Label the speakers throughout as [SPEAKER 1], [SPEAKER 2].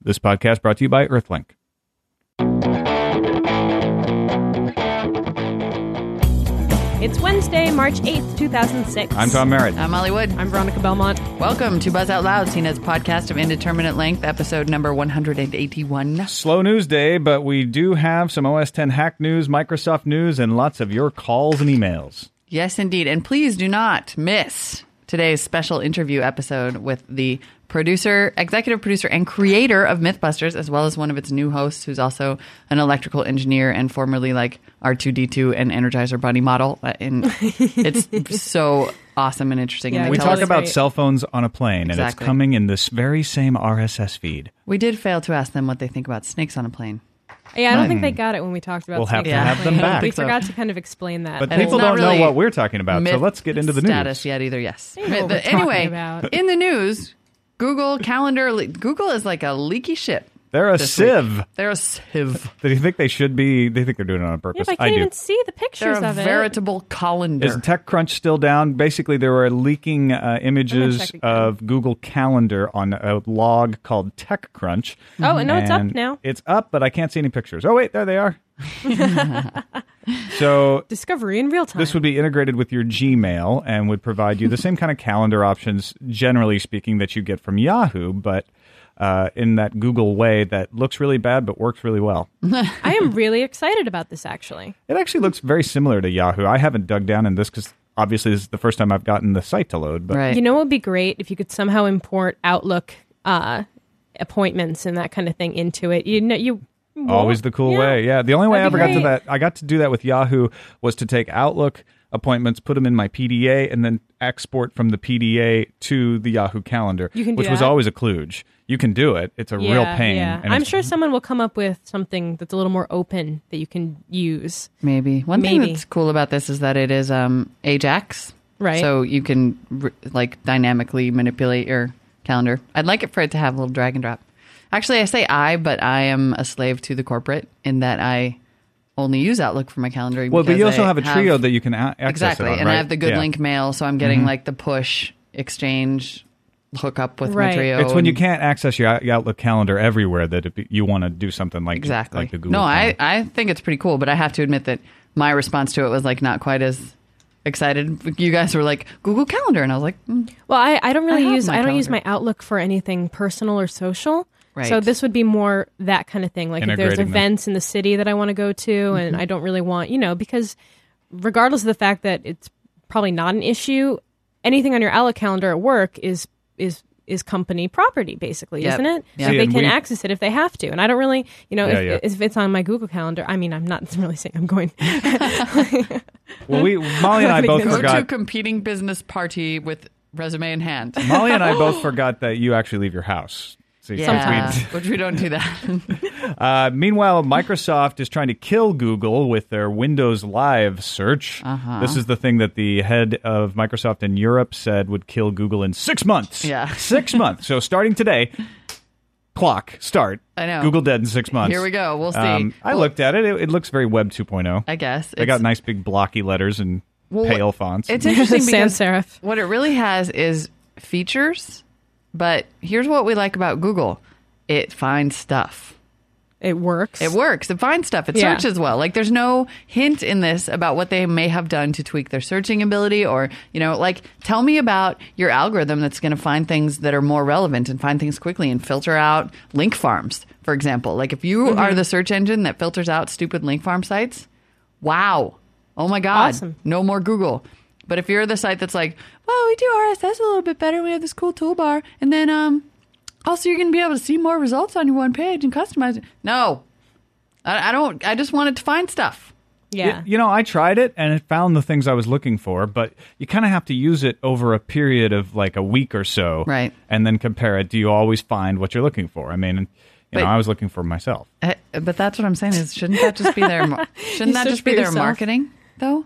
[SPEAKER 1] This podcast brought to you by Earthlink.
[SPEAKER 2] It's Wednesday, March 8th, 2006.
[SPEAKER 1] I'm Tom Merritt.
[SPEAKER 3] I'm Molly Wood.
[SPEAKER 2] I'm Veronica Belmont.
[SPEAKER 3] Welcome to Buzz Out Loud, CNET's podcast of indeterminate length, episode number 181.
[SPEAKER 1] Slow news day, but we do have some OS 10 hack news, Microsoft news, and lots of your calls and emails.
[SPEAKER 3] Yes, indeed. And please do not miss today's special interview episode with the producer, executive producer, and creator of Mythbusters, as well as one of its new hosts, who's also an electrical engineer and formerly like R2D2 and Energizer Bunny model. Uh, And it's so awesome and interesting.
[SPEAKER 2] Yeah,
[SPEAKER 3] and they
[SPEAKER 1] We
[SPEAKER 3] tell
[SPEAKER 1] talk
[SPEAKER 3] us-
[SPEAKER 1] about
[SPEAKER 2] great.
[SPEAKER 1] cell phones on a plane, and it's
[SPEAKER 3] Exactly.
[SPEAKER 1] coming in this very same RSS feed.
[SPEAKER 3] we did fail to ask them what they think about snakes on a plane.
[SPEAKER 2] Yeah, I don't think they got it when we talked about
[SPEAKER 1] We'll have to
[SPEAKER 2] Snake Eyes.
[SPEAKER 1] have them back.
[SPEAKER 2] We forgot to kind of explain that.
[SPEAKER 1] But
[SPEAKER 3] And it's
[SPEAKER 1] people
[SPEAKER 3] not
[SPEAKER 1] don't know
[SPEAKER 3] really
[SPEAKER 1] what we're talking about, Uh, so
[SPEAKER 3] myth
[SPEAKER 1] let's get into the
[SPEAKER 3] status
[SPEAKER 1] news.
[SPEAKER 3] yet either. Yes.
[SPEAKER 2] know what
[SPEAKER 3] But
[SPEAKER 2] we're talking
[SPEAKER 3] anyway,
[SPEAKER 2] about.
[SPEAKER 3] in the news, Google Calendar, le- Google is like a leaky ship.
[SPEAKER 1] They're a
[SPEAKER 3] this week.
[SPEAKER 1] sieve.
[SPEAKER 3] They're a sieve.
[SPEAKER 1] Do you think they should be? They think they're doing it on
[SPEAKER 2] yeah,
[SPEAKER 1] purpose.
[SPEAKER 2] but I
[SPEAKER 1] I
[SPEAKER 2] can't
[SPEAKER 1] do.
[SPEAKER 2] even see the
[SPEAKER 3] They're
[SPEAKER 2] pictures
[SPEAKER 3] a
[SPEAKER 2] of it.
[SPEAKER 3] veritable colander.
[SPEAKER 1] Is TechCrunch still down? Basically, there were leaking uh,
[SPEAKER 2] check
[SPEAKER 1] images
[SPEAKER 2] again.
[SPEAKER 1] of Google Calendar on a log called TechCrunch.
[SPEAKER 2] Oh, and no, it's up
[SPEAKER 1] And
[SPEAKER 2] now.
[SPEAKER 1] It's up, but I can't see any pictures. Oh, wait, there they are. so
[SPEAKER 2] Discovery in real time.
[SPEAKER 1] this would be integrated with your Gmail and would provide you the same kind of calendar options, generally speaking, that you get from Yahoo, but uh, in that Google way that looks really bad but works really well.
[SPEAKER 2] I am really excited about this, actually.
[SPEAKER 1] It actually looks very similar to Yahoo. I haven't dug down in this because obviously this is the first time I've gotten the site to load. But
[SPEAKER 3] right.
[SPEAKER 2] You know what would be great if you could somehow import Outlook uh, appointments and that kind of thing into it. You know, you
[SPEAKER 1] always the cool
[SPEAKER 2] Yeah.
[SPEAKER 1] way. Yeah, the only way I ever
[SPEAKER 2] That'd be
[SPEAKER 1] got to
[SPEAKER 2] great.
[SPEAKER 1] that, I got to do that with Yahoo was to take Outlook appointments, put them in my PDA, and then export from the PDA to the Yahoo Calendar,
[SPEAKER 2] You can do
[SPEAKER 1] which was
[SPEAKER 2] that?
[SPEAKER 1] always a kludge. You can do it. It's a real
[SPEAKER 2] Yeah,
[SPEAKER 1] pain.
[SPEAKER 2] yeah.
[SPEAKER 1] and
[SPEAKER 2] I'm
[SPEAKER 1] it's-
[SPEAKER 2] sure someone will come up with something that's a little more open that you can use.
[SPEAKER 3] Maybe. One thing
[SPEAKER 2] Maybe.
[SPEAKER 3] that's cool about this is that it is um, Ajax.
[SPEAKER 2] Right.
[SPEAKER 3] So you can r- like dynamically manipulate your calendar. I'd like it for it to have a little drag and drop. Actually, I say I, but I am a slave to the corporate in that I only use Outlook for my calendar.
[SPEAKER 1] Well, but
[SPEAKER 3] because
[SPEAKER 1] you also
[SPEAKER 3] I
[SPEAKER 1] have a trio that you can a- access it
[SPEAKER 3] exactly,
[SPEAKER 1] on,
[SPEAKER 3] and I
[SPEAKER 1] right?
[SPEAKER 3] have the good
[SPEAKER 1] Yeah. Mm-hmm.
[SPEAKER 3] link mail, so I'm getting like the push exchange hookup with my
[SPEAKER 2] Right.
[SPEAKER 3] trio.
[SPEAKER 1] It's when
[SPEAKER 3] and-
[SPEAKER 1] you can't access your Out- Outlook calendar everywhere that it be, you want to do something like
[SPEAKER 3] exactly.
[SPEAKER 1] like the Google.
[SPEAKER 3] no, I
[SPEAKER 1] calendar.
[SPEAKER 3] I think it's pretty cool, but I have to admit that my response to it was like not quite as excited. You guys were like Google Calendar, and I was like, mm,
[SPEAKER 2] Well, I, I don't really
[SPEAKER 3] have
[SPEAKER 2] use I
[SPEAKER 3] my
[SPEAKER 2] don't use my
[SPEAKER 3] calendar.
[SPEAKER 2] Outlook for anything personal or social.
[SPEAKER 3] Right.
[SPEAKER 2] So this would be more that kind of thing. Like if there's
[SPEAKER 1] Integrating them.
[SPEAKER 2] events in the city that I want to go to and
[SPEAKER 3] Mm-hmm.
[SPEAKER 2] I don't really want, you know, because regardless of the fact that it's probably not an issue, anything on your Outlook calendar at work is is is company property basically,
[SPEAKER 3] Yep.
[SPEAKER 2] isn't it?
[SPEAKER 3] Yeah.
[SPEAKER 2] So
[SPEAKER 3] See,
[SPEAKER 2] they
[SPEAKER 1] and
[SPEAKER 2] can
[SPEAKER 1] we-
[SPEAKER 2] access it if they have to. And I don't really, you know,
[SPEAKER 1] Yeah,
[SPEAKER 2] if,
[SPEAKER 1] yeah.
[SPEAKER 2] if it's on my Google calendar, I mean, I'm not really saying I'm going
[SPEAKER 1] well, we Molly and I both
[SPEAKER 3] go to
[SPEAKER 1] forgot.
[SPEAKER 3] competing business party with resume in hand.
[SPEAKER 1] Molly and I both forgot that you actually leave your house. So you-
[SPEAKER 3] Yeah,
[SPEAKER 1] since we-
[SPEAKER 3] which we don't do that.
[SPEAKER 1] Uh, meanwhile, Microsoft is trying to kill Google with their Windows Live search.
[SPEAKER 3] Uh-huh.
[SPEAKER 1] This is the thing that the head of Microsoft in Europe said would kill Google in six months.
[SPEAKER 3] Yeah.
[SPEAKER 1] six months. So starting today, clock start.
[SPEAKER 3] I know.
[SPEAKER 1] Google dead in six months.
[SPEAKER 3] Here we go. We'll see.
[SPEAKER 1] Um, I looked at it. it. It looks very Web 2.0.
[SPEAKER 3] I guess
[SPEAKER 1] They
[SPEAKER 3] it's-
[SPEAKER 1] got nice big blocky letters and
[SPEAKER 3] Well,
[SPEAKER 1] pale fonts.
[SPEAKER 3] It's interesting
[SPEAKER 2] sans
[SPEAKER 3] because
[SPEAKER 2] serif.
[SPEAKER 3] what it really has is features, but here's what we like about Google. It finds stuff.
[SPEAKER 2] It works.
[SPEAKER 3] It works. It finds stuff. It
[SPEAKER 2] Yeah.
[SPEAKER 3] searches well. Like there's no hint in this about what they may have done to tweak their searching ability or, you know, like tell me about your algorithm that's going to find things that are more relevant and find things quickly and filter out link farms, for example. Like if you
[SPEAKER 2] Mm-hmm.
[SPEAKER 3] are the search engine that filters out stupid link farm sites, wow. Oh my god.
[SPEAKER 2] Awesome.
[SPEAKER 3] No more Google. But if you're the site that's like, well, we do RSS a little bit better. We have this cool toolbar, and then um, also you're going to be able to see more results on your one page and customize it. No, I, I don't. I just wanted to find stuff.
[SPEAKER 2] Yeah.
[SPEAKER 1] Y- You know, I tried it and it found the things I was looking for, but you kind of have to use it over a period of like a week or so.
[SPEAKER 3] Right.
[SPEAKER 1] And then compare it. Do you always find what you're looking for? I mean, you
[SPEAKER 3] But-
[SPEAKER 1] know, I was looking for myself.
[SPEAKER 3] Eh, But that's what I'm saying is, shouldn't that just be their mar- shouldn't that
[SPEAKER 2] search
[SPEAKER 3] just be
[SPEAKER 2] for
[SPEAKER 3] their
[SPEAKER 2] yourself.
[SPEAKER 3] marketing though?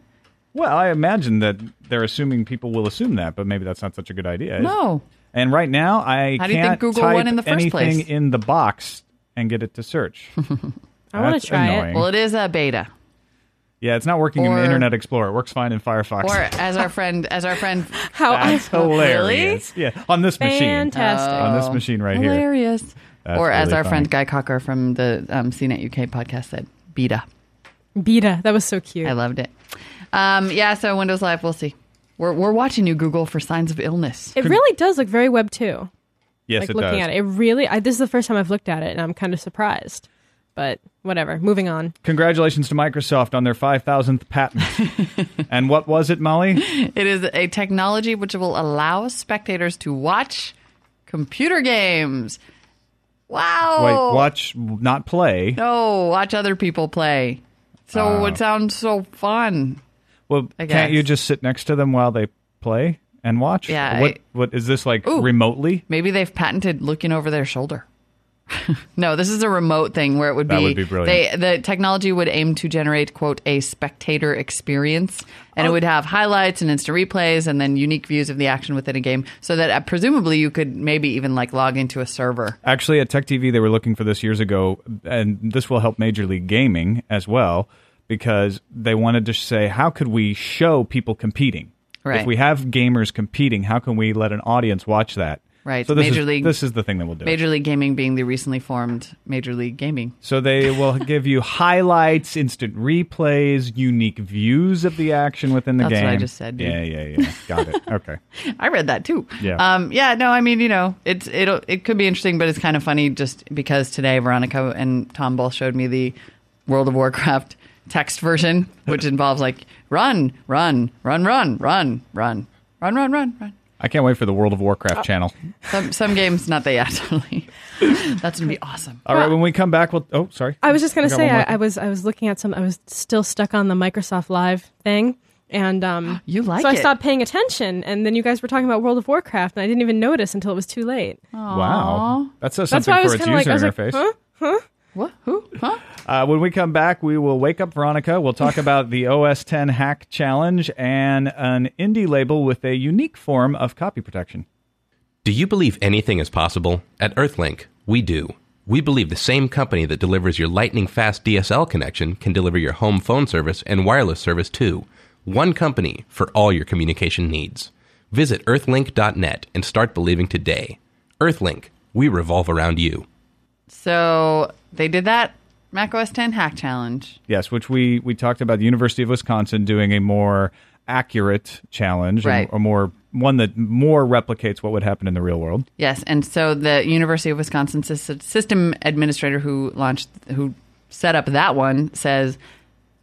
[SPEAKER 1] Well, I imagine that they're assuming people will assume that, but maybe that's not such a good idea.
[SPEAKER 3] No.
[SPEAKER 1] And right now, I
[SPEAKER 3] How
[SPEAKER 1] can't
[SPEAKER 3] do you think Google
[SPEAKER 1] type
[SPEAKER 3] won in the first
[SPEAKER 1] anything
[SPEAKER 3] place?
[SPEAKER 1] in the box and get it to search.
[SPEAKER 2] I want
[SPEAKER 1] That's
[SPEAKER 2] to try
[SPEAKER 1] annoying.
[SPEAKER 2] it.
[SPEAKER 3] Well, it is a beta,
[SPEAKER 1] yeah, it's not working in
[SPEAKER 3] Or-
[SPEAKER 1] Internet Explorer. It works fine in Firefox.
[SPEAKER 3] or as our friend, as our friend,
[SPEAKER 2] How I
[SPEAKER 1] that's hilarious. Yeah, on this machine.
[SPEAKER 2] Fantastic.
[SPEAKER 1] On this machine right here.
[SPEAKER 3] Oh. hilarious.
[SPEAKER 1] That's
[SPEAKER 3] or as
[SPEAKER 1] really
[SPEAKER 3] our
[SPEAKER 1] funny.
[SPEAKER 3] friend Guy Cocker from the um, CNET UK podcast said, beta.
[SPEAKER 2] Beta. That was so cute.
[SPEAKER 3] I loved it. Um, yeah, so Windows Live, we'll see. We're, we're watching you Google for signs of illness.
[SPEAKER 2] it really does look very Web 2.
[SPEAKER 1] Yes,
[SPEAKER 2] like
[SPEAKER 1] it
[SPEAKER 2] looking
[SPEAKER 1] does.
[SPEAKER 2] at it. It really, I, this is the first time I've looked at it and I'm kind of surprised. But whatever, moving on.
[SPEAKER 1] Congratulations to Microsoft on their 5,000th patent. and what was it, Molly?
[SPEAKER 3] It is a technology which will allow spectators to watch computer games. Wow.
[SPEAKER 1] Wait, watch, not play.
[SPEAKER 3] No, watch other people play. So it sounds so fun.
[SPEAKER 1] Well,
[SPEAKER 3] I
[SPEAKER 1] can't you
[SPEAKER 3] guess.
[SPEAKER 1] just sit next to them while they play and watch?
[SPEAKER 3] Yeah,
[SPEAKER 1] What
[SPEAKER 3] I-
[SPEAKER 1] what is this like
[SPEAKER 3] Ooh.
[SPEAKER 1] remotely?
[SPEAKER 3] Maybe they've patented looking over their shoulder. no, this is a remote thing where it would
[SPEAKER 1] That
[SPEAKER 3] be,
[SPEAKER 1] would be brilliant.
[SPEAKER 3] They, the technology would aim to generate quote a spectator experience, and
[SPEAKER 1] Oh.
[SPEAKER 3] it would have highlights and instant replays, and then unique views of the action within a game, so that uh, presumably you could maybe even like log into a server.
[SPEAKER 1] Actually, at Tech TV, they were looking for this years ago, and this will help Major League Gaming as well because they wanted to say, how could we show people competing? If
[SPEAKER 3] Right.
[SPEAKER 1] we have gamers competing, how can we let an audience watch that?
[SPEAKER 3] Right.
[SPEAKER 1] So this
[SPEAKER 3] Major
[SPEAKER 1] is,
[SPEAKER 3] League-
[SPEAKER 1] This is the thing that we'll do.
[SPEAKER 3] Major League Gaming being the recently formed Major League Gaming.
[SPEAKER 1] So they will give you highlights, instant replays, unique views of the action within the
[SPEAKER 3] That's
[SPEAKER 1] game.
[SPEAKER 3] what I just said, dude.
[SPEAKER 1] Yeah, yeah, yeah. Got it. Okay.
[SPEAKER 3] I read that too.
[SPEAKER 1] Yeah.
[SPEAKER 3] Um, yeah. No, I mean, you know, it's it'll it could be interesting, but it's kind of funny just because today Veronica and Tom both showed me the World of Warcraft text version, which involves like run, run, run, run, run, run, run, run, run, run.
[SPEAKER 1] I can't wait for the World of Warcraft channel.
[SPEAKER 3] Some some games not there yet. Totally. That's gonna be awesome.
[SPEAKER 1] All right, when we come back, we'll. Oh, sorry.
[SPEAKER 2] I was just gonna
[SPEAKER 1] got
[SPEAKER 2] say
[SPEAKER 1] one more
[SPEAKER 2] I, I was I was looking at some I was still stuck on the Microsoft Live thing and um
[SPEAKER 3] You like
[SPEAKER 2] so I
[SPEAKER 3] it.
[SPEAKER 2] stopped paying attention and then you guys were talking about World of Warcraft and I didn't even notice until it was too late.
[SPEAKER 1] Wow. That says
[SPEAKER 2] That's
[SPEAKER 1] Oh. something
[SPEAKER 2] why I was
[SPEAKER 1] for its
[SPEAKER 2] kind
[SPEAKER 1] user
[SPEAKER 2] of like I was like,
[SPEAKER 1] interface.
[SPEAKER 2] huh?
[SPEAKER 3] What? Who? Huh?
[SPEAKER 1] uh, when we come back, we will wake up Veronica. We'll talk about the OS 10 hack challenge and an indie label with a unique form of copy protection.
[SPEAKER 4] Do you believe anything is possible? At Earthlink, we do. We believe the same company that delivers your lightning fast DSL connection can deliver your home phone service and wireless service too. One company for all your communication needs. Visit earthlink.net and start believing today. Earthlink, we revolve around you.
[SPEAKER 3] So they did that Mac OS 10 hack challenge.
[SPEAKER 1] Yes, which we we talked about the University of Wisconsin doing a more accurate challenge, a-
[SPEAKER 3] Right.
[SPEAKER 1] a, more one that more replicates what would happen in the real world.
[SPEAKER 3] Yes, and so the University of Wisconsin sys- system administrator who launched, who set up that one, says,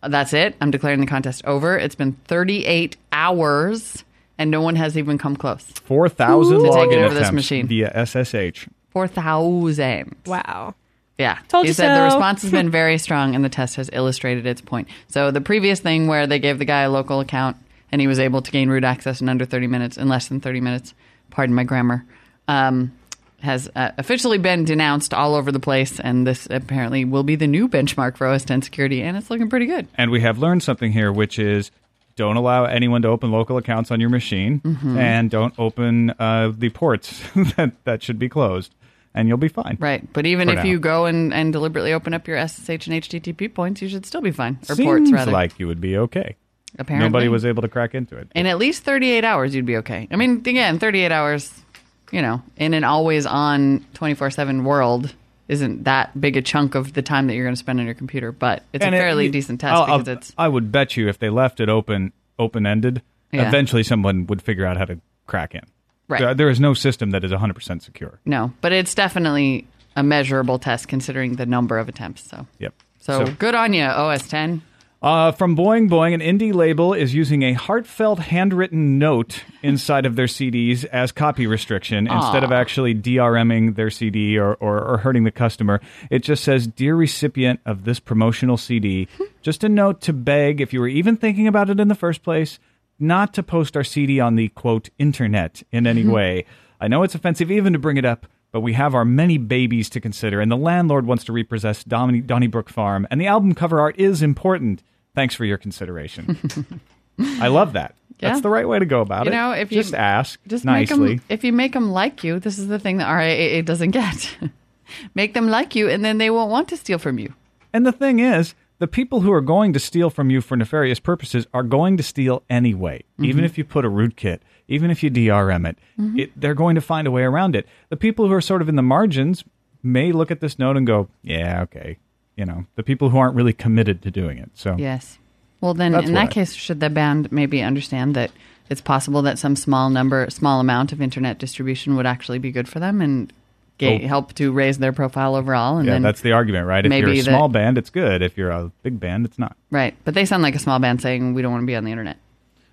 [SPEAKER 3] "That's it. I'm declaring the contest over. It's been 38 hours, and no one has even come close.
[SPEAKER 1] Four thousand
[SPEAKER 3] To take
[SPEAKER 1] login
[SPEAKER 3] over this
[SPEAKER 1] attempts
[SPEAKER 3] machine.
[SPEAKER 1] via SSH.
[SPEAKER 3] Four thousand.
[SPEAKER 2] Wow.
[SPEAKER 3] Yeah.
[SPEAKER 2] Told
[SPEAKER 3] he
[SPEAKER 2] you
[SPEAKER 3] said the
[SPEAKER 2] so.
[SPEAKER 3] response has been very strong and the test has illustrated its point. So the previous thing where they gave the guy a local account and he was able to gain root access in under 30 minutes, in less than 30 minutes, pardon my grammar, um, has uh, officially been denounced all over the place. And this apparently will be the new benchmark for OS 10 security. And it's looking pretty good.
[SPEAKER 1] And we have learned something here, which is don't allow anyone to open local accounts on your machine,
[SPEAKER 3] Mm-hmm.
[SPEAKER 1] and don't open uh, the ports that that should be closed, and you'll be fine.
[SPEAKER 3] Right. But even
[SPEAKER 1] For
[SPEAKER 3] if
[SPEAKER 1] now.
[SPEAKER 3] you go and, and deliberately open up your SSH and HTTP points, you should still be fine. Or
[SPEAKER 1] Seems
[SPEAKER 3] ports, rather.
[SPEAKER 1] like you would be okay.
[SPEAKER 3] apparently.
[SPEAKER 1] Nobody was able to crack into it.
[SPEAKER 3] in at least 38 hours you'd be okay i mean again 38 hours you know in an always on 24-7 world isn't that big a chunk of the time that you're going to spend on your computer but it's
[SPEAKER 1] And
[SPEAKER 3] a
[SPEAKER 1] it-
[SPEAKER 3] fairly
[SPEAKER 1] you-
[SPEAKER 3] decent test
[SPEAKER 1] I'll- I'll-
[SPEAKER 3] because it's
[SPEAKER 1] I would bet you if they left it open open ended,
[SPEAKER 3] Yeah.
[SPEAKER 1] eventually someone would figure out how to crack in.
[SPEAKER 3] Right.
[SPEAKER 1] There, there is no system that is 100% secure.
[SPEAKER 3] no but it's definitely a measurable test considering the number of attempts so
[SPEAKER 1] Yep.
[SPEAKER 3] so, good on you os 10
[SPEAKER 1] uh, from Boing Boing, an indie label is using a heartfelt handwritten note inside of their CDs as copy restriction instead of actually DRMing their CD or, or, or hurting the customer. It just says, Dear recipient of this promotional CD, just a note to beg if you were even thinking about it in the first place, not to post our CD on the quote internet in any way. I know it's offensive even to bring it up, but we have our many babies to consider, and the landlord wants to repossess Donny, Donnybrook Farm, and the album cover art is important. Thanks for your consideration. I love that.
[SPEAKER 3] Yeah.
[SPEAKER 1] That's the right way to go about
[SPEAKER 3] You
[SPEAKER 1] it.
[SPEAKER 3] know, if you-
[SPEAKER 1] just ask
[SPEAKER 3] just
[SPEAKER 1] nicely.
[SPEAKER 3] make them if you make them like you this is the thing that riaa doesn't get make them like you and then they won't want to steal from you
[SPEAKER 1] And the thing is, the people who are going to steal from you for nefarious purposes are going to steal anyway.
[SPEAKER 3] Mm-hmm.
[SPEAKER 1] Even if you put a rootkit, even if you DRM it, it, they're going to find a way around it. The people who are sort of in the margins may look at this note and go, yeah, okay. You know, the people who aren't really committed to doing it. So
[SPEAKER 3] Yes. Well, then
[SPEAKER 1] That's
[SPEAKER 3] in that
[SPEAKER 1] why.
[SPEAKER 3] case, should the band maybe understand that it's possible that some small number, small amount of internet distribution would actually be good for them and ga-
[SPEAKER 1] Oh.
[SPEAKER 3] help to raise their profile overall? And
[SPEAKER 1] yeah,
[SPEAKER 3] then,
[SPEAKER 1] that's the argument, right? If you're
[SPEAKER 3] maybe
[SPEAKER 1] a
[SPEAKER 3] that-
[SPEAKER 1] small band, it's good. If you're a big band, it's not.
[SPEAKER 3] right. But they sound like a small band saying we don't want to be on the internet.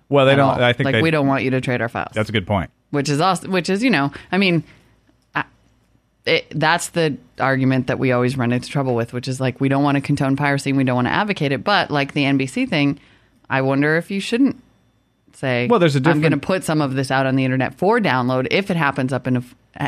[SPEAKER 1] Well, they
[SPEAKER 3] at
[SPEAKER 1] don't.
[SPEAKER 3] all.
[SPEAKER 1] I think
[SPEAKER 3] like
[SPEAKER 1] they,
[SPEAKER 3] we don't want you to trade our files.
[SPEAKER 1] That's a good point.
[SPEAKER 3] which is awesome. Which is you know, I mean, I, it, that's the argument that we always run into trouble with, which is like we don't want to condone piracy and we don't want to advocate it, but like the NBC thing, I wonder if you shouldn't say
[SPEAKER 1] Well, there's a
[SPEAKER 3] I'm going to
[SPEAKER 1] different-
[SPEAKER 3] put some of this out on the internet for download if it happens up in a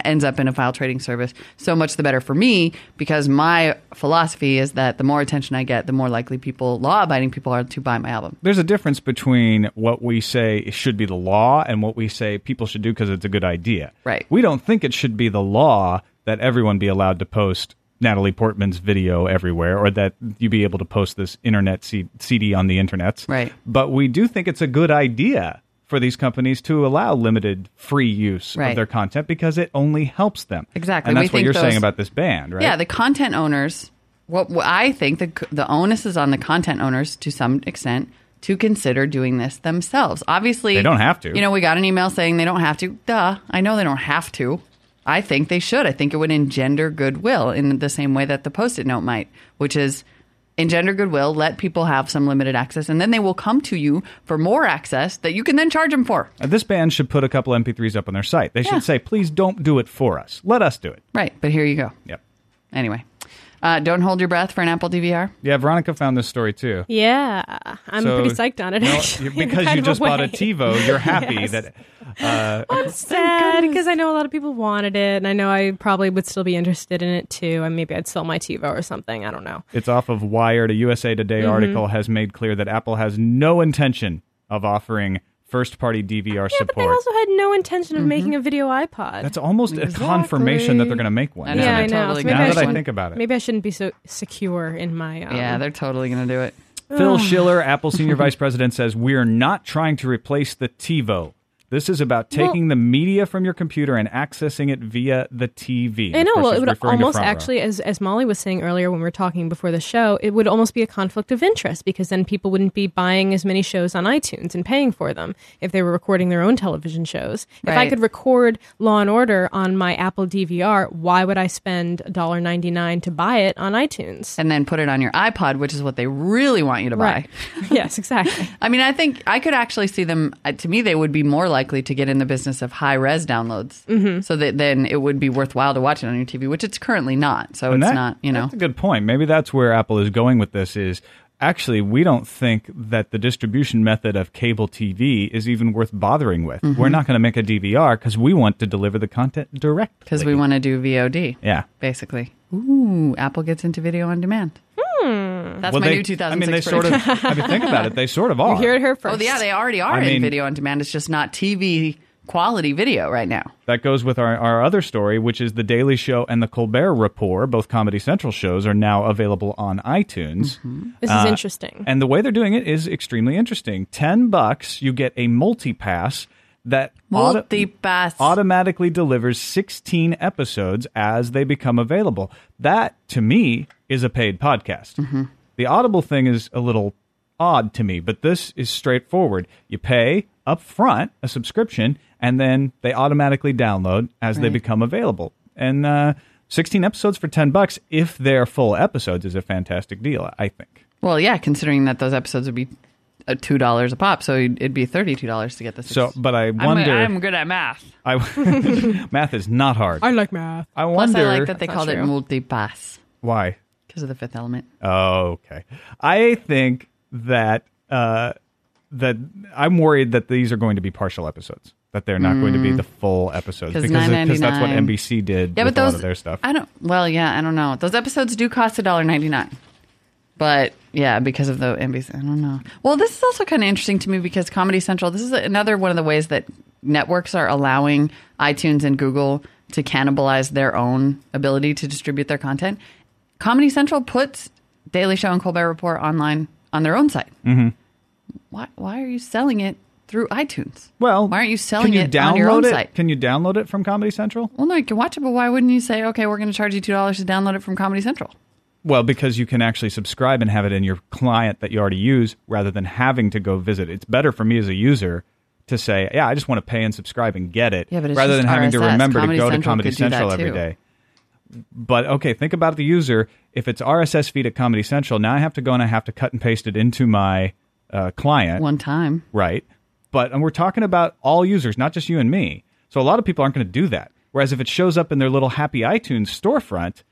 [SPEAKER 3] ends up in a file trading service so much the better for me because my philosophy is that the more attention i get the more likely people law abiding people are to buy my album
[SPEAKER 1] There's a difference between what we say should be the law and what we say people should do because it's a good idea.
[SPEAKER 3] Right.
[SPEAKER 1] We don't think it should be the law that everyone be allowed to post Natalie Portman's video everywhere or that you be able to post this internet C- CD on the internets.
[SPEAKER 3] Right.
[SPEAKER 1] But we do think it's a good idea for these companies to allow limited free use
[SPEAKER 3] Right.
[SPEAKER 1] of their content because it only helps them.
[SPEAKER 3] Exactly.
[SPEAKER 1] And
[SPEAKER 3] We
[SPEAKER 1] that's what
[SPEAKER 3] think
[SPEAKER 1] you're
[SPEAKER 3] those-
[SPEAKER 1] saying about this band, right?
[SPEAKER 3] Yeah, the content owners. What, what I think the the onus is on the content owners to some extent to consider doing this themselves. Obviously,
[SPEAKER 1] They don't have to.
[SPEAKER 3] You know, we got an email saying they don't have to. Duh, I know they don't have to. I think they should. I think it would engender goodwill in the same way that the post-it note might, which is engender goodwill, let people have some limited access, and then they will come to you for more access that you can then charge them for.
[SPEAKER 1] Uh, This band should put a couple MP3s up on their site. They
[SPEAKER 3] Yeah.
[SPEAKER 1] should say, please don't do it for us. Let us do it.
[SPEAKER 3] Right, but here you go.
[SPEAKER 1] Yep.
[SPEAKER 3] Anyway, uh, don't hold your breath for an Apple DVR.
[SPEAKER 1] Yeah, Veronica found this story too.
[SPEAKER 2] Yeah, I'm
[SPEAKER 1] So-
[SPEAKER 2] pretty psyched on it.
[SPEAKER 1] No,
[SPEAKER 2] actually,
[SPEAKER 1] you-
[SPEAKER 2] in
[SPEAKER 1] because
[SPEAKER 2] kind
[SPEAKER 1] you
[SPEAKER 2] of a
[SPEAKER 1] just bought a
[SPEAKER 2] way.
[SPEAKER 1] TiVo, you're happy
[SPEAKER 2] Yes.
[SPEAKER 1] that
[SPEAKER 2] I'm sad because I know a lot of people wanted it, and I know I probably would still be interested in it too. And maybe I'd sell my TiVo or something. I don't know.
[SPEAKER 1] it's off of Wired. A USA Today
[SPEAKER 2] Mm-hmm.
[SPEAKER 1] article has made clear that Apple has no intention of offering first-party DVR
[SPEAKER 2] Yeah, but they
[SPEAKER 1] support.
[SPEAKER 2] also had no intention of making a video iPod.
[SPEAKER 1] That's almost a confirmation that they're going to make one.
[SPEAKER 3] I
[SPEAKER 1] isn't
[SPEAKER 2] yeah,
[SPEAKER 3] they're
[SPEAKER 2] I
[SPEAKER 1] it?
[SPEAKER 2] know.
[SPEAKER 3] totally
[SPEAKER 2] So maybe
[SPEAKER 1] Now
[SPEAKER 2] I
[SPEAKER 1] that I
[SPEAKER 2] shouldn't-
[SPEAKER 1] think about it.
[SPEAKER 2] maybe I shouldn't be so secure in my. Um,
[SPEAKER 3] Yeah, they're totally going to do it.
[SPEAKER 1] Phil Schiller, Apple senior vice president, says we're not trying to replace the TiVo. This is about taking the media from your computer and accessing it via the TV.
[SPEAKER 2] I
[SPEAKER 1] Of
[SPEAKER 2] know.
[SPEAKER 1] course,
[SPEAKER 2] Well, it
[SPEAKER 1] he's
[SPEAKER 2] would
[SPEAKER 1] referring to
[SPEAKER 2] almost
[SPEAKER 1] Front Row.
[SPEAKER 2] actually, as as Molly was saying earlier when we were talking before the show, it would almost be a conflict of interest because then people wouldn't be buying as many shows on iTunes and paying for them if they were recording their own television shows. If I
[SPEAKER 3] Right.
[SPEAKER 2] could record Law and Order on my Apple DVR, why would I spend $1.99 to buy it on iTunes?
[SPEAKER 3] and then put it on your iPod, which is what they really want you to buy.
[SPEAKER 2] Right. yes, exactly.
[SPEAKER 3] I mean, I think I could actually see them. uh, To me, they would be more likely to get in the business of high res downloads, so that then it would be worthwhile to watch it on your TV, which it's currently not. So
[SPEAKER 1] And
[SPEAKER 3] it's
[SPEAKER 1] that-
[SPEAKER 3] not, you know,
[SPEAKER 1] That's a good point. Maybe that's where Apple is going with this is actually we don't think that the distribution method of cable TV is even worth bothering with.
[SPEAKER 3] Mm-hmm.
[SPEAKER 1] We're not going to make a DVR cuz we want to deliver the content directly.
[SPEAKER 3] because we want to do VOD,
[SPEAKER 1] Yeah.
[SPEAKER 3] basically. Ooh, Apple gets into video on demand. That's
[SPEAKER 1] Well,
[SPEAKER 3] my
[SPEAKER 1] they-
[SPEAKER 3] new 2006.
[SPEAKER 1] I mean they sort
[SPEAKER 3] prediction.
[SPEAKER 1] of I mean think about it, they sort of are.
[SPEAKER 2] You hear it here first.
[SPEAKER 3] Oh yeah, they already are
[SPEAKER 1] I
[SPEAKER 3] in
[SPEAKER 1] mean-
[SPEAKER 3] video on demand. It's just not TV quality video right now.
[SPEAKER 1] That goes with our, our other story, which is The Daily Show and The Colbert Report, both Comedy Central shows, are now available on iTunes.
[SPEAKER 3] Mm-hmm.
[SPEAKER 2] This
[SPEAKER 1] Uh,
[SPEAKER 2] is interesting.
[SPEAKER 1] And the way they're doing it is extremely interesting. 10 bucks, you get a multi pass that auto-
[SPEAKER 3] Multi-pass.
[SPEAKER 1] automatically delivers 16 episodes as they become available. That to me is a paid podcast.
[SPEAKER 3] Mm-hmm.
[SPEAKER 1] The Audible thing is a little odd to me, but this is straightforward. You pay up front a subscription and then they automatically download as they
[SPEAKER 3] Right.
[SPEAKER 1] become available. And uh 16 episodes for 10 bucks if they're full episodes is a fantastic deal, I think.
[SPEAKER 3] Well, yeah, considering that those episodes would be uh, two dollars a pop, so it'd be thirty-two dollars to get this.
[SPEAKER 1] So, but I wonder
[SPEAKER 3] I'm, good at math.
[SPEAKER 1] I math is not hard.
[SPEAKER 2] I like math.
[SPEAKER 1] I
[SPEAKER 3] Plus,
[SPEAKER 1] wonder
[SPEAKER 3] I like that they
[SPEAKER 2] That's
[SPEAKER 3] called it
[SPEAKER 2] true.
[SPEAKER 3] multi-pass
[SPEAKER 1] why.
[SPEAKER 3] because of the Fifth Element.
[SPEAKER 1] Oh, okay. I think that uh, that I'm worried that these are going to be partial episodes. That they're not going to be
[SPEAKER 3] Mm.
[SPEAKER 1] the full episodes
[SPEAKER 3] 'Cause
[SPEAKER 1] because it- that's what
[SPEAKER 3] $9.99
[SPEAKER 1] NBC did
[SPEAKER 3] Yeah,
[SPEAKER 1] with
[SPEAKER 3] but those
[SPEAKER 1] a lot of their stuff.
[SPEAKER 3] I don't. Well, yeah, I don't know. Those episodes do cost a dollar ninety-nine. But yeah, because of the NBC, I don't know. Well, this is also kind of interesting to me because Comedy Central. This is another one of the ways that networks are allowing iTunes and Google to cannibalize their own ability to distribute their content. Comedy Central puts
[SPEAKER 1] Mm-hmm.
[SPEAKER 3] Daily Show and Colbert Report online on their own site. Why? Why are you selling it through iTunes.
[SPEAKER 1] Well,
[SPEAKER 3] why aren't you selling
[SPEAKER 1] can you
[SPEAKER 3] it
[SPEAKER 1] download
[SPEAKER 3] on your own
[SPEAKER 1] it?
[SPEAKER 3] site?
[SPEAKER 1] Can you download it from Comedy Central?
[SPEAKER 3] well, no, you can watch it, but why wouldn't you say, okay, we're going to charge you two dollars to download it from Comedy Central?
[SPEAKER 1] Well, because you can actually subscribe and have it in your client that you already use rather than having to go visit. It's better for me as a user to say, yeah, I just want to pay and subscribe and get it
[SPEAKER 3] Yeah, but it's
[SPEAKER 1] rather
[SPEAKER 3] just
[SPEAKER 1] than having to
[SPEAKER 3] RSS.
[SPEAKER 1] remember
[SPEAKER 3] Comedy
[SPEAKER 1] to go to
[SPEAKER 3] Central
[SPEAKER 1] Comedy
[SPEAKER 3] could do that
[SPEAKER 1] Central every
[SPEAKER 3] too.
[SPEAKER 1] day. But okay, think about the user. If it's RSS feed at Comedy Central, now I have to go and I have to cut and paste it into my uh, client.
[SPEAKER 3] One time.
[SPEAKER 1] Right. But and we're talking about all users, not just you and me. So a lot of people aren't going to do that. Whereas if it shows up in their little happy iTunes storefront,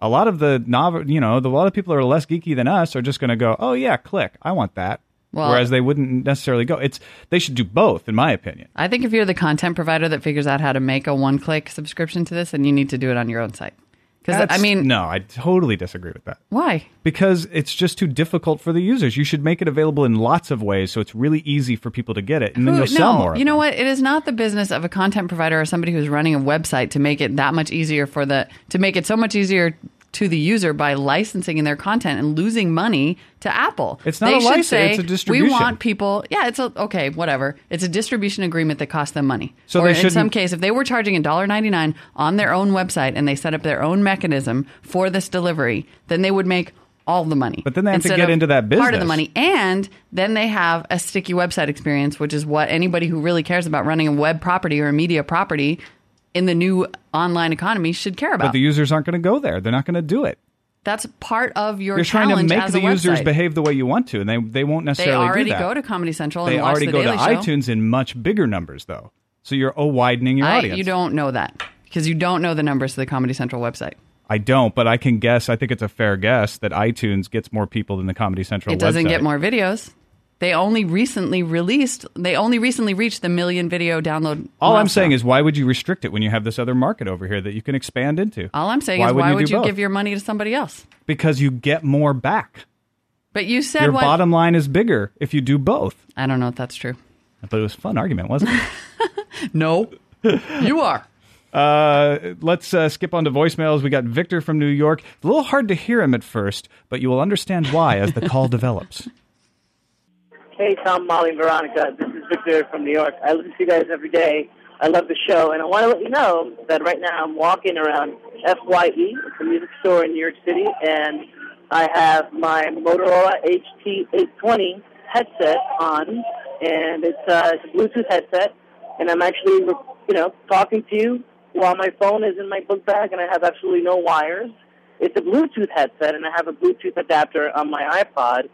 [SPEAKER 1] a lot of the novel, you know, the, a lot of people who are less geeky than us are just going to go, "Oh yeah, click. I want that."
[SPEAKER 3] Well-
[SPEAKER 1] Whereas they wouldn't necessarily go. It's they should do both, in my opinion.
[SPEAKER 3] I think if you're the content provider that figures out how to make a one click subscription to this, then you need to do it on your own site. Because, I
[SPEAKER 1] That's-
[SPEAKER 3] mean,
[SPEAKER 1] no, I totally disagree with that
[SPEAKER 3] why?
[SPEAKER 1] because it's just too difficult for the users. You should make it available in lots of ways, so it's really easy for people to get it, and then
[SPEAKER 3] Who-
[SPEAKER 1] you'll sell
[SPEAKER 3] no,
[SPEAKER 1] more. of
[SPEAKER 3] You
[SPEAKER 1] it.
[SPEAKER 3] know what? It is not the business of a content provider or somebody who's running a website to make it that much easier for the to make it so much easier to the user by licensing in their content and losing money to Apple.
[SPEAKER 1] It's not
[SPEAKER 3] They
[SPEAKER 1] a
[SPEAKER 3] should
[SPEAKER 1] license,
[SPEAKER 3] say,
[SPEAKER 1] it's a distribution."
[SPEAKER 3] We want people. Yeah, it's a, okay, whatever. It's a distribution agreement that costs them money.
[SPEAKER 1] So
[SPEAKER 3] or
[SPEAKER 1] they
[SPEAKER 3] in some
[SPEAKER 1] shouldn't-
[SPEAKER 3] case, if they were charging $1.99 on their own website and they set up their own mechanism for this delivery, then they would make all the money.
[SPEAKER 1] But then they have to
[SPEAKER 3] Instead
[SPEAKER 1] get
[SPEAKER 3] of
[SPEAKER 1] into that
[SPEAKER 3] Part of the
[SPEAKER 1] business.
[SPEAKER 3] money and then they have a sticky website experience, which is what anybody who really cares about running a web property or a media property in the new online economy should care
[SPEAKER 1] But
[SPEAKER 3] about.
[SPEAKER 1] the users aren't going to go there. They're not going to do it.
[SPEAKER 3] That's part of your
[SPEAKER 1] you're trying to
[SPEAKER 3] challenge
[SPEAKER 1] make
[SPEAKER 3] as
[SPEAKER 1] the
[SPEAKER 3] a website.
[SPEAKER 1] users behave the way you want to, and they they won't
[SPEAKER 3] They
[SPEAKER 1] necessarily
[SPEAKER 3] already
[SPEAKER 1] do that.
[SPEAKER 3] go to Comedy Central
[SPEAKER 1] they
[SPEAKER 3] and watch
[SPEAKER 1] already
[SPEAKER 3] the
[SPEAKER 1] go
[SPEAKER 3] Daily
[SPEAKER 1] to
[SPEAKER 3] Show.
[SPEAKER 1] iTunes in much bigger numbers, though. So you're oh widening your
[SPEAKER 3] I,
[SPEAKER 1] audience.
[SPEAKER 3] you don't know that because you don't know the numbers to the Comedy Central website.
[SPEAKER 1] I don't, but I can guess. I think it's a fair guess that iTunes gets more people than the Comedy Central.
[SPEAKER 3] It doesn't
[SPEAKER 1] website.
[SPEAKER 3] get more videos. They only recently released. They only recently reached the million video download.
[SPEAKER 1] All I'm
[SPEAKER 3] milestone.
[SPEAKER 1] saying is, why would you restrict it when you have this other market over here that you can expand into?
[SPEAKER 3] all I'm saying
[SPEAKER 1] why
[SPEAKER 3] is,
[SPEAKER 1] wouldn't
[SPEAKER 3] why would
[SPEAKER 1] do
[SPEAKER 3] you
[SPEAKER 1] both?
[SPEAKER 3] give your money to somebody else?
[SPEAKER 1] Because you get more back.
[SPEAKER 3] But you said
[SPEAKER 1] Your
[SPEAKER 3] what?
[SPEAKER 1] bottom line is bigger if you do both.
[SPEAKER 3] I don't know if that's true.
[SPEAKER 1] But it was a fun argument, wasn't it?
[SPEAKER 3] No, you are.
[SPEAKER 1] Uh, let's uh, skip on to voicemails. We got Victor from New York. A little hard to hear him at first, but you will understand why as the call develops.
[SPEAKER 5] Hey, Tom, Molly, and Veronica. This is Victor from New York. I listen to you guys every day. I love the show, and I want to let you know that right now I'm walking around FYE. It's a music store in New York City, and I have my Motorola HT820 headset on, and it's, uh, it's a Bluetooth headset, and I'm actually, you know, talking to you while my phone is in my book bag, and I have absolutely no wires. It's a Bluetooth headset, and I have a Bluetooth adapter on my iPod,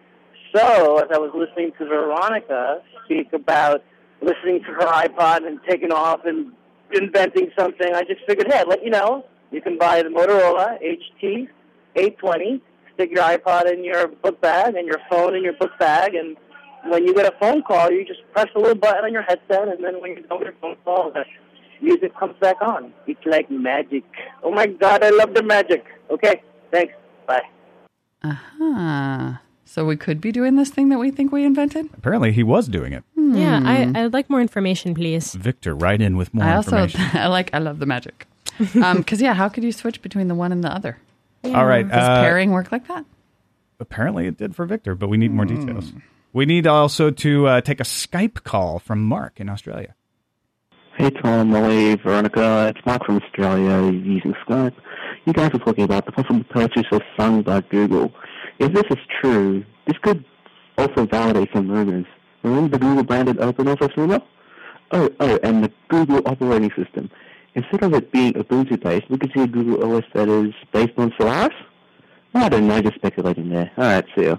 [SPEAKER 5] so as I was listening to Veronica speak about listening to her iPod and taking off and inventing something, I just figured, hey, I'd let you know, you can buy the Motorola HT 820, stick your iPod in your book bag and your phone in your book bag, and when you get a phone call, you just press a little button on your headset, and then when you don't get a phone call, the music comes back on. It's like magic. Oh my God, I love the magic. Okay, thanks. Bye.
[SPEAKER 3] Ah, so we could be doing this thing that we think we invented.
[SPEAKER 1] Apparently, he was doing it.
[SPEAKER 2] Yeah,
[SPEAKER 3] Hmm.
[SPEAKER 2] I, I'd like more information, please.
[SPEAKER 1] Victor, right in with more
[SPEAKER 3] I also
[SPEAKER 1] information.
[SPEAKER 3] I like I love the magic. Um, because yeah, how could you switch between the one and the other?
[SPEAKER 1] All right.
[SPEAKER 3] Does
[SPEAKER 1] uh,
[SPEAKER 3] pairing work like that?
[SPEAKER 1] apparently, it did for Victor, but we need more details. We need also to uh, take a Skype call from Mark in Australia.
[SPEAKER 6] Hey Tom, Molly, Veronica, it's Mark from Australia using Skype. You guys are talking about the possible purchase of Sun by Google. If this is true, this could also validate some rumors. Remember the Google branded open office rumor? Oh, oh, and the Google operating system. Instead of it being Ubuntu based, we could see a Google OS that is based on Solaris? I don't know, just speculating there. Alright, see ya.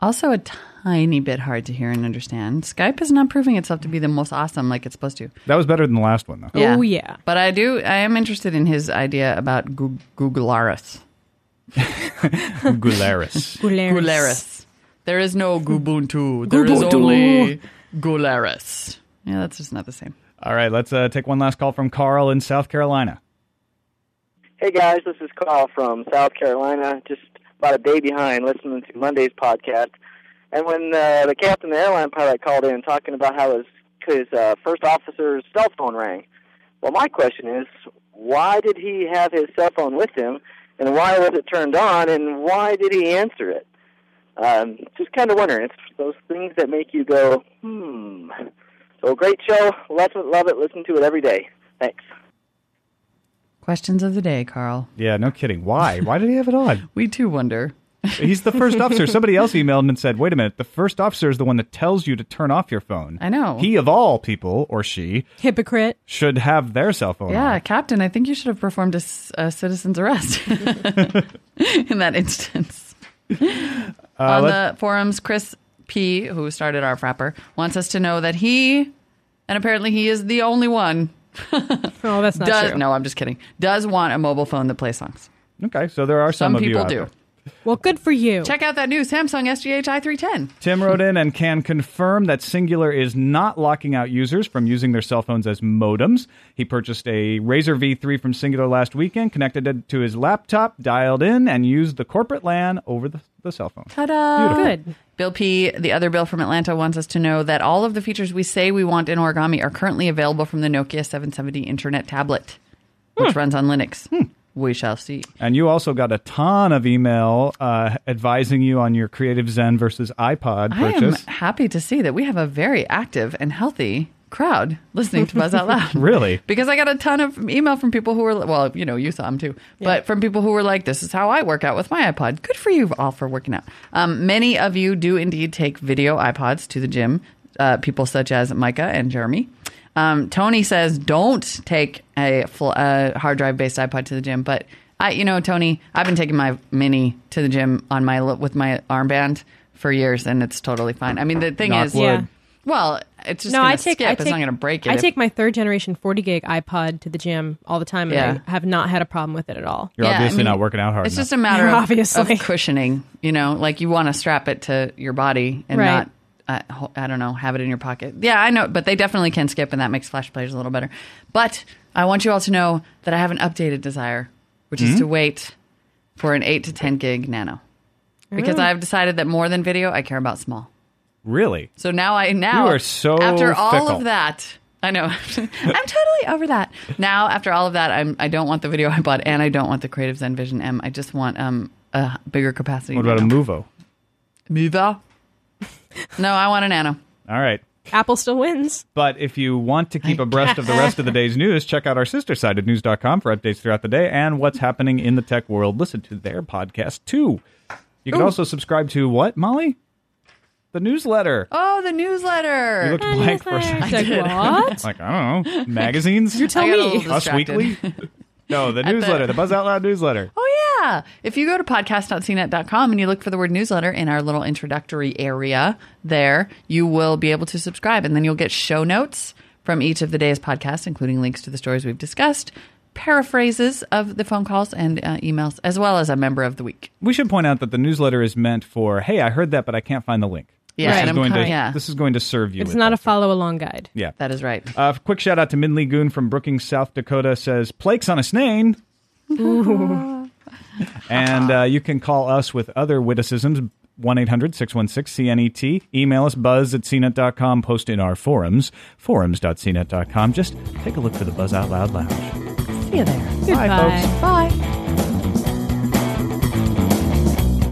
[SPEAKER 3] Also, a tiny bit hard to hear and understand. Skype is not proving itself to be the most awesome like it's supposed to.
[SPEAKER 1] That was better than the last one, though.
[SPEAKER 2] Oh, yeah.
[SPEAKER 3] But I do. I am interested in his idea about Goo- Googlearis.
[SPEAKER 1] Gularis.
[SPEAKER 2] Gularis.
[SPEAKER 3] Googlearis. There is no Gubuntu. There is
[SPEAKER 2] Gubuntu.
[SPEAKER 3] only Googlearis. Yeah, that's just not the same.
[SPEAKER 1] All right, let's uh, take one last call from Carl in South Carolina.
[SPEAKER 5] Hey guys, this is Carl from South Carolina, just about a day behind listening to Monday's podcast. And when uh, the captain of the airline pilot called in talking about how his, his uh, first officer's cell phone rang, well, my question is, why did he have his cell phone with him, and why was it turned on, and why did he answer it? Um, just kind of wondering. It's those things that make you go, hmm. So great show. Love it. Love it. Listen to it every day. Thanks.
[SPEAKER 3] Questions of the day, Carl.
[SPEAKER 1] Yeah, no kidding. Why? Why did he have it on?
[SPEAKER 3] We too wonder.
[SPEAKER 1] He's the first officer. Somebody else emailed and said, wait a minute, the first officer is the one that tells you to turn off your phone.
[SPEAKER 3] I know.
[SPEAKER 1] He, of all people, or she,
[SPEAKER 2] Hypocrite.
[SPEAKER 1] should have their cell phone.
[SPEAKER 3] Yeah,
[SPEAKER 1] on.
[SPEAKER 3] Captain, I think you should have performed a, c- a citizen's arrest in that instance.
[SPEAKER 1] Uh,
[SPEAKER 3] On the forums, Chris P, who started our frapper, wants us to know that he, and apparently he is the only one,
[SPEAKER 2] Oh, that's not
[SPEAKER 3] does,
[SPEAKER 2] true.
[SPEAKER 3] no, I'm just kidding, does want a mobile phone that plays songs.
[SPEAKER 1] Okay, so there are some,
[SPEAKER 3] Some,
[SPEAKER 1] of you
[SPEAKER 3] people
[SPEAKER 1] out
[SPEAKER 3] do.
[SPEAKER 1] there.
[SPEAKER 2] Well, good for you.
[SPEAKER 3] Check out that new Samsung SGH i310.
[SPEAKER 1] Tim wrote in and can confirm that Singular is not locking out users from using their cell phones as modems. He purchased a Razer V3 from Singular last weekend, connected it to his laptop, dialed in, and used the corporate LAN over the, the cell phone.
[SPEAKER 3] Ta-da!
[SPEAKER 2] Good.
[SPEAKER 3] Bill P, the other Bill from Atlanta, wants us to know that all of the features we say we want in origami are currently available from the Nokia 770 Internet tablet, which
[SPEAKER 1] Hmm.
[SPEAKER 3] runs on Linux. We shall see.
[SPEAKER 1] And you also got a ton of email uh, advising you on your Creative Zen versus iPod
[SPEAKER 3] I am
[SPEAKER 1] purchase.
[SPEAKER 3] happy to see that we have a very active and healthy crowd listening to Buzz Out Loud.
[SPEAKER 1] Really?
[SPEAKER 3] Because I got a ton of email from people who were, well, you know, you saw them too, but from people who were like, this is how I work out with my iPod. Good for you all for working out. Um, many of you do indeed take video iPods to the gym, uh, people such as Micah and Jeremy. Um, Tony says, don't take a fl- uh, hard drive based iPod to the gym, but. I, you know, Tony, I've been taking my mini to the gym on my li- with my armband for years, and it's totally fine. I mean, the thing
[SPEAKER 1] Knock
[SPEAKER 3] is,
[SPEAKER 1] wood.
[SPEAKER 2] Yeah.
[SPEAKER 3] well, it's just
[SPEAKER 2] no,
[SPEAKER 3] gonna
[SPEAKER 2] I take.
[SPEAKER 3] skip.
[SPEAKER 2] I
[SPEAKER 3] it's
[SPEAKER 2] take-
[SPEAKER 3] not going to break it.
[SPEAKER 2] I
[SPEAKER 3] if-
[SPEAKER 2] take my third generation 40 gig iPod to the gym all the time, and
[SPEAKER 3] Yeah.
[SPEAKER 2] I have not had a problem with it at all.
[SPEAKER 1] You're
[SPEAKER 3] Yeah, I
[SPEAKER 1] obviously
[SPEAKER 3] mean,
[SPEAKER 1] not working out hard
[SPEAKER 3] It's
[SPEAKER 1] enough.
[SPEAKER 3] just a matter of,
[SPEAKER 2] Obviously.
[SPEAKER 3] of cushioning. You know, like you want to strap it to your body and
[SPEAKER 2] Right.
[SPEAKER 3] not. Uh, ho- I don't know, have it in your pocket. Yeah, I know, but they definitely can skip, and that makes Flash Players a little better. But I want you all to know that I have an updated desire, which
[SPEAKER 1] Hmm?
[SPEAKER 3] is to wait for an 8 to 10 gig nano. Because I've decided that more than video, I care about small.
[SPEAKER 1] really?
[SPEAKER 3] So now I now
[SPEAKER 1] You are so
[SPEAKER 3] after all
[SPEAKER 1] fickle.
[SPEAKER 3] of that. I know. I'm totally over that. Now after all of that, I'm I don't want the video I bought and I don't want the Creative Zen Vision M. I just want um a bigger capacity.
[SPEAKER 1] What about a
[SPEAKER 3] nano.
[SPEAKER 1] Movo?
[SPEAKER 3] Mover? No, I want a nano.
[SPEAKER 1] All right.
[SPEAKER 2] Apple still wins.
[SPEAKER 1] But if you want to keep abreast of the rest of the day's news, check out our sister site at news.com for updates throughout the day and what's happening in the tech world. Listen to their podcast too. You can also subscribe to what, Molly? The newsletter.
[SPEAKER 3] Oh, the newsletter.
[SPEAKER 1] you looked blank for a second.
[SPEAKER 2] Like, what?
[SPEAKER 1] Like, I don't know. Magazines?
[SPEAKER 3] I got a
[SPEAKER 2] me.
[SPEAKER 3] little
[SPEAKER 1] Us
[SPEAKER 3] distracted.
[SPEAKER 1] Weekly? No, the newsletter, the Buzz Out Loud newsletter.
[SPEAKER 3] Oh yeah. If you go to podcast.cnet.com and you look for the word newsletter in our little introductory area there, you will be able to subscribe and then you'll get show notes from each of the day's podcasts including links to the stories we've discussed, paraphrases of the phone calls and uh, emails as well as a member of the week.
[SPEAKER 1] We should point out that the newsletter is meant for, hey, I heard that, but I can't find the link.
[SPEAKER 3] Yeah,
[SPEAKER 1] This
[SPEAKER 3] and
[SPEAKER 1] is
[SPEAKER 3] I'm
[SPEAKER 1] going to,
[SPEAKER 3] kind- yeah.
[SPEAKER 1] this is going to serve you.
[SPEAKER 2] It's
[SPEAKER 1] with
[SPEAKER 2] not a
[SPEAKER 1] that.
[SPEAKER 2] follow along guide.
[SPEAKER 1] Yeah.
[SPEAKER 3] That is right.
[SPEAKER 1] Uh, quick shout out to Min Lee Goon from Brookings, South Dakota says, Plakes on a snane. and uh, you can call us with other witticisms, 1 800 616 CNET. E Email us buzz at E cnet.com. Post in our forums, E forums.cnet.com. Just take a look for the Buzz Out Loud Lounge.
[SPEAKER 2] See you there. Goodbye.
[SPEAKER 1] folks.
[SPEAKER 3] Bye.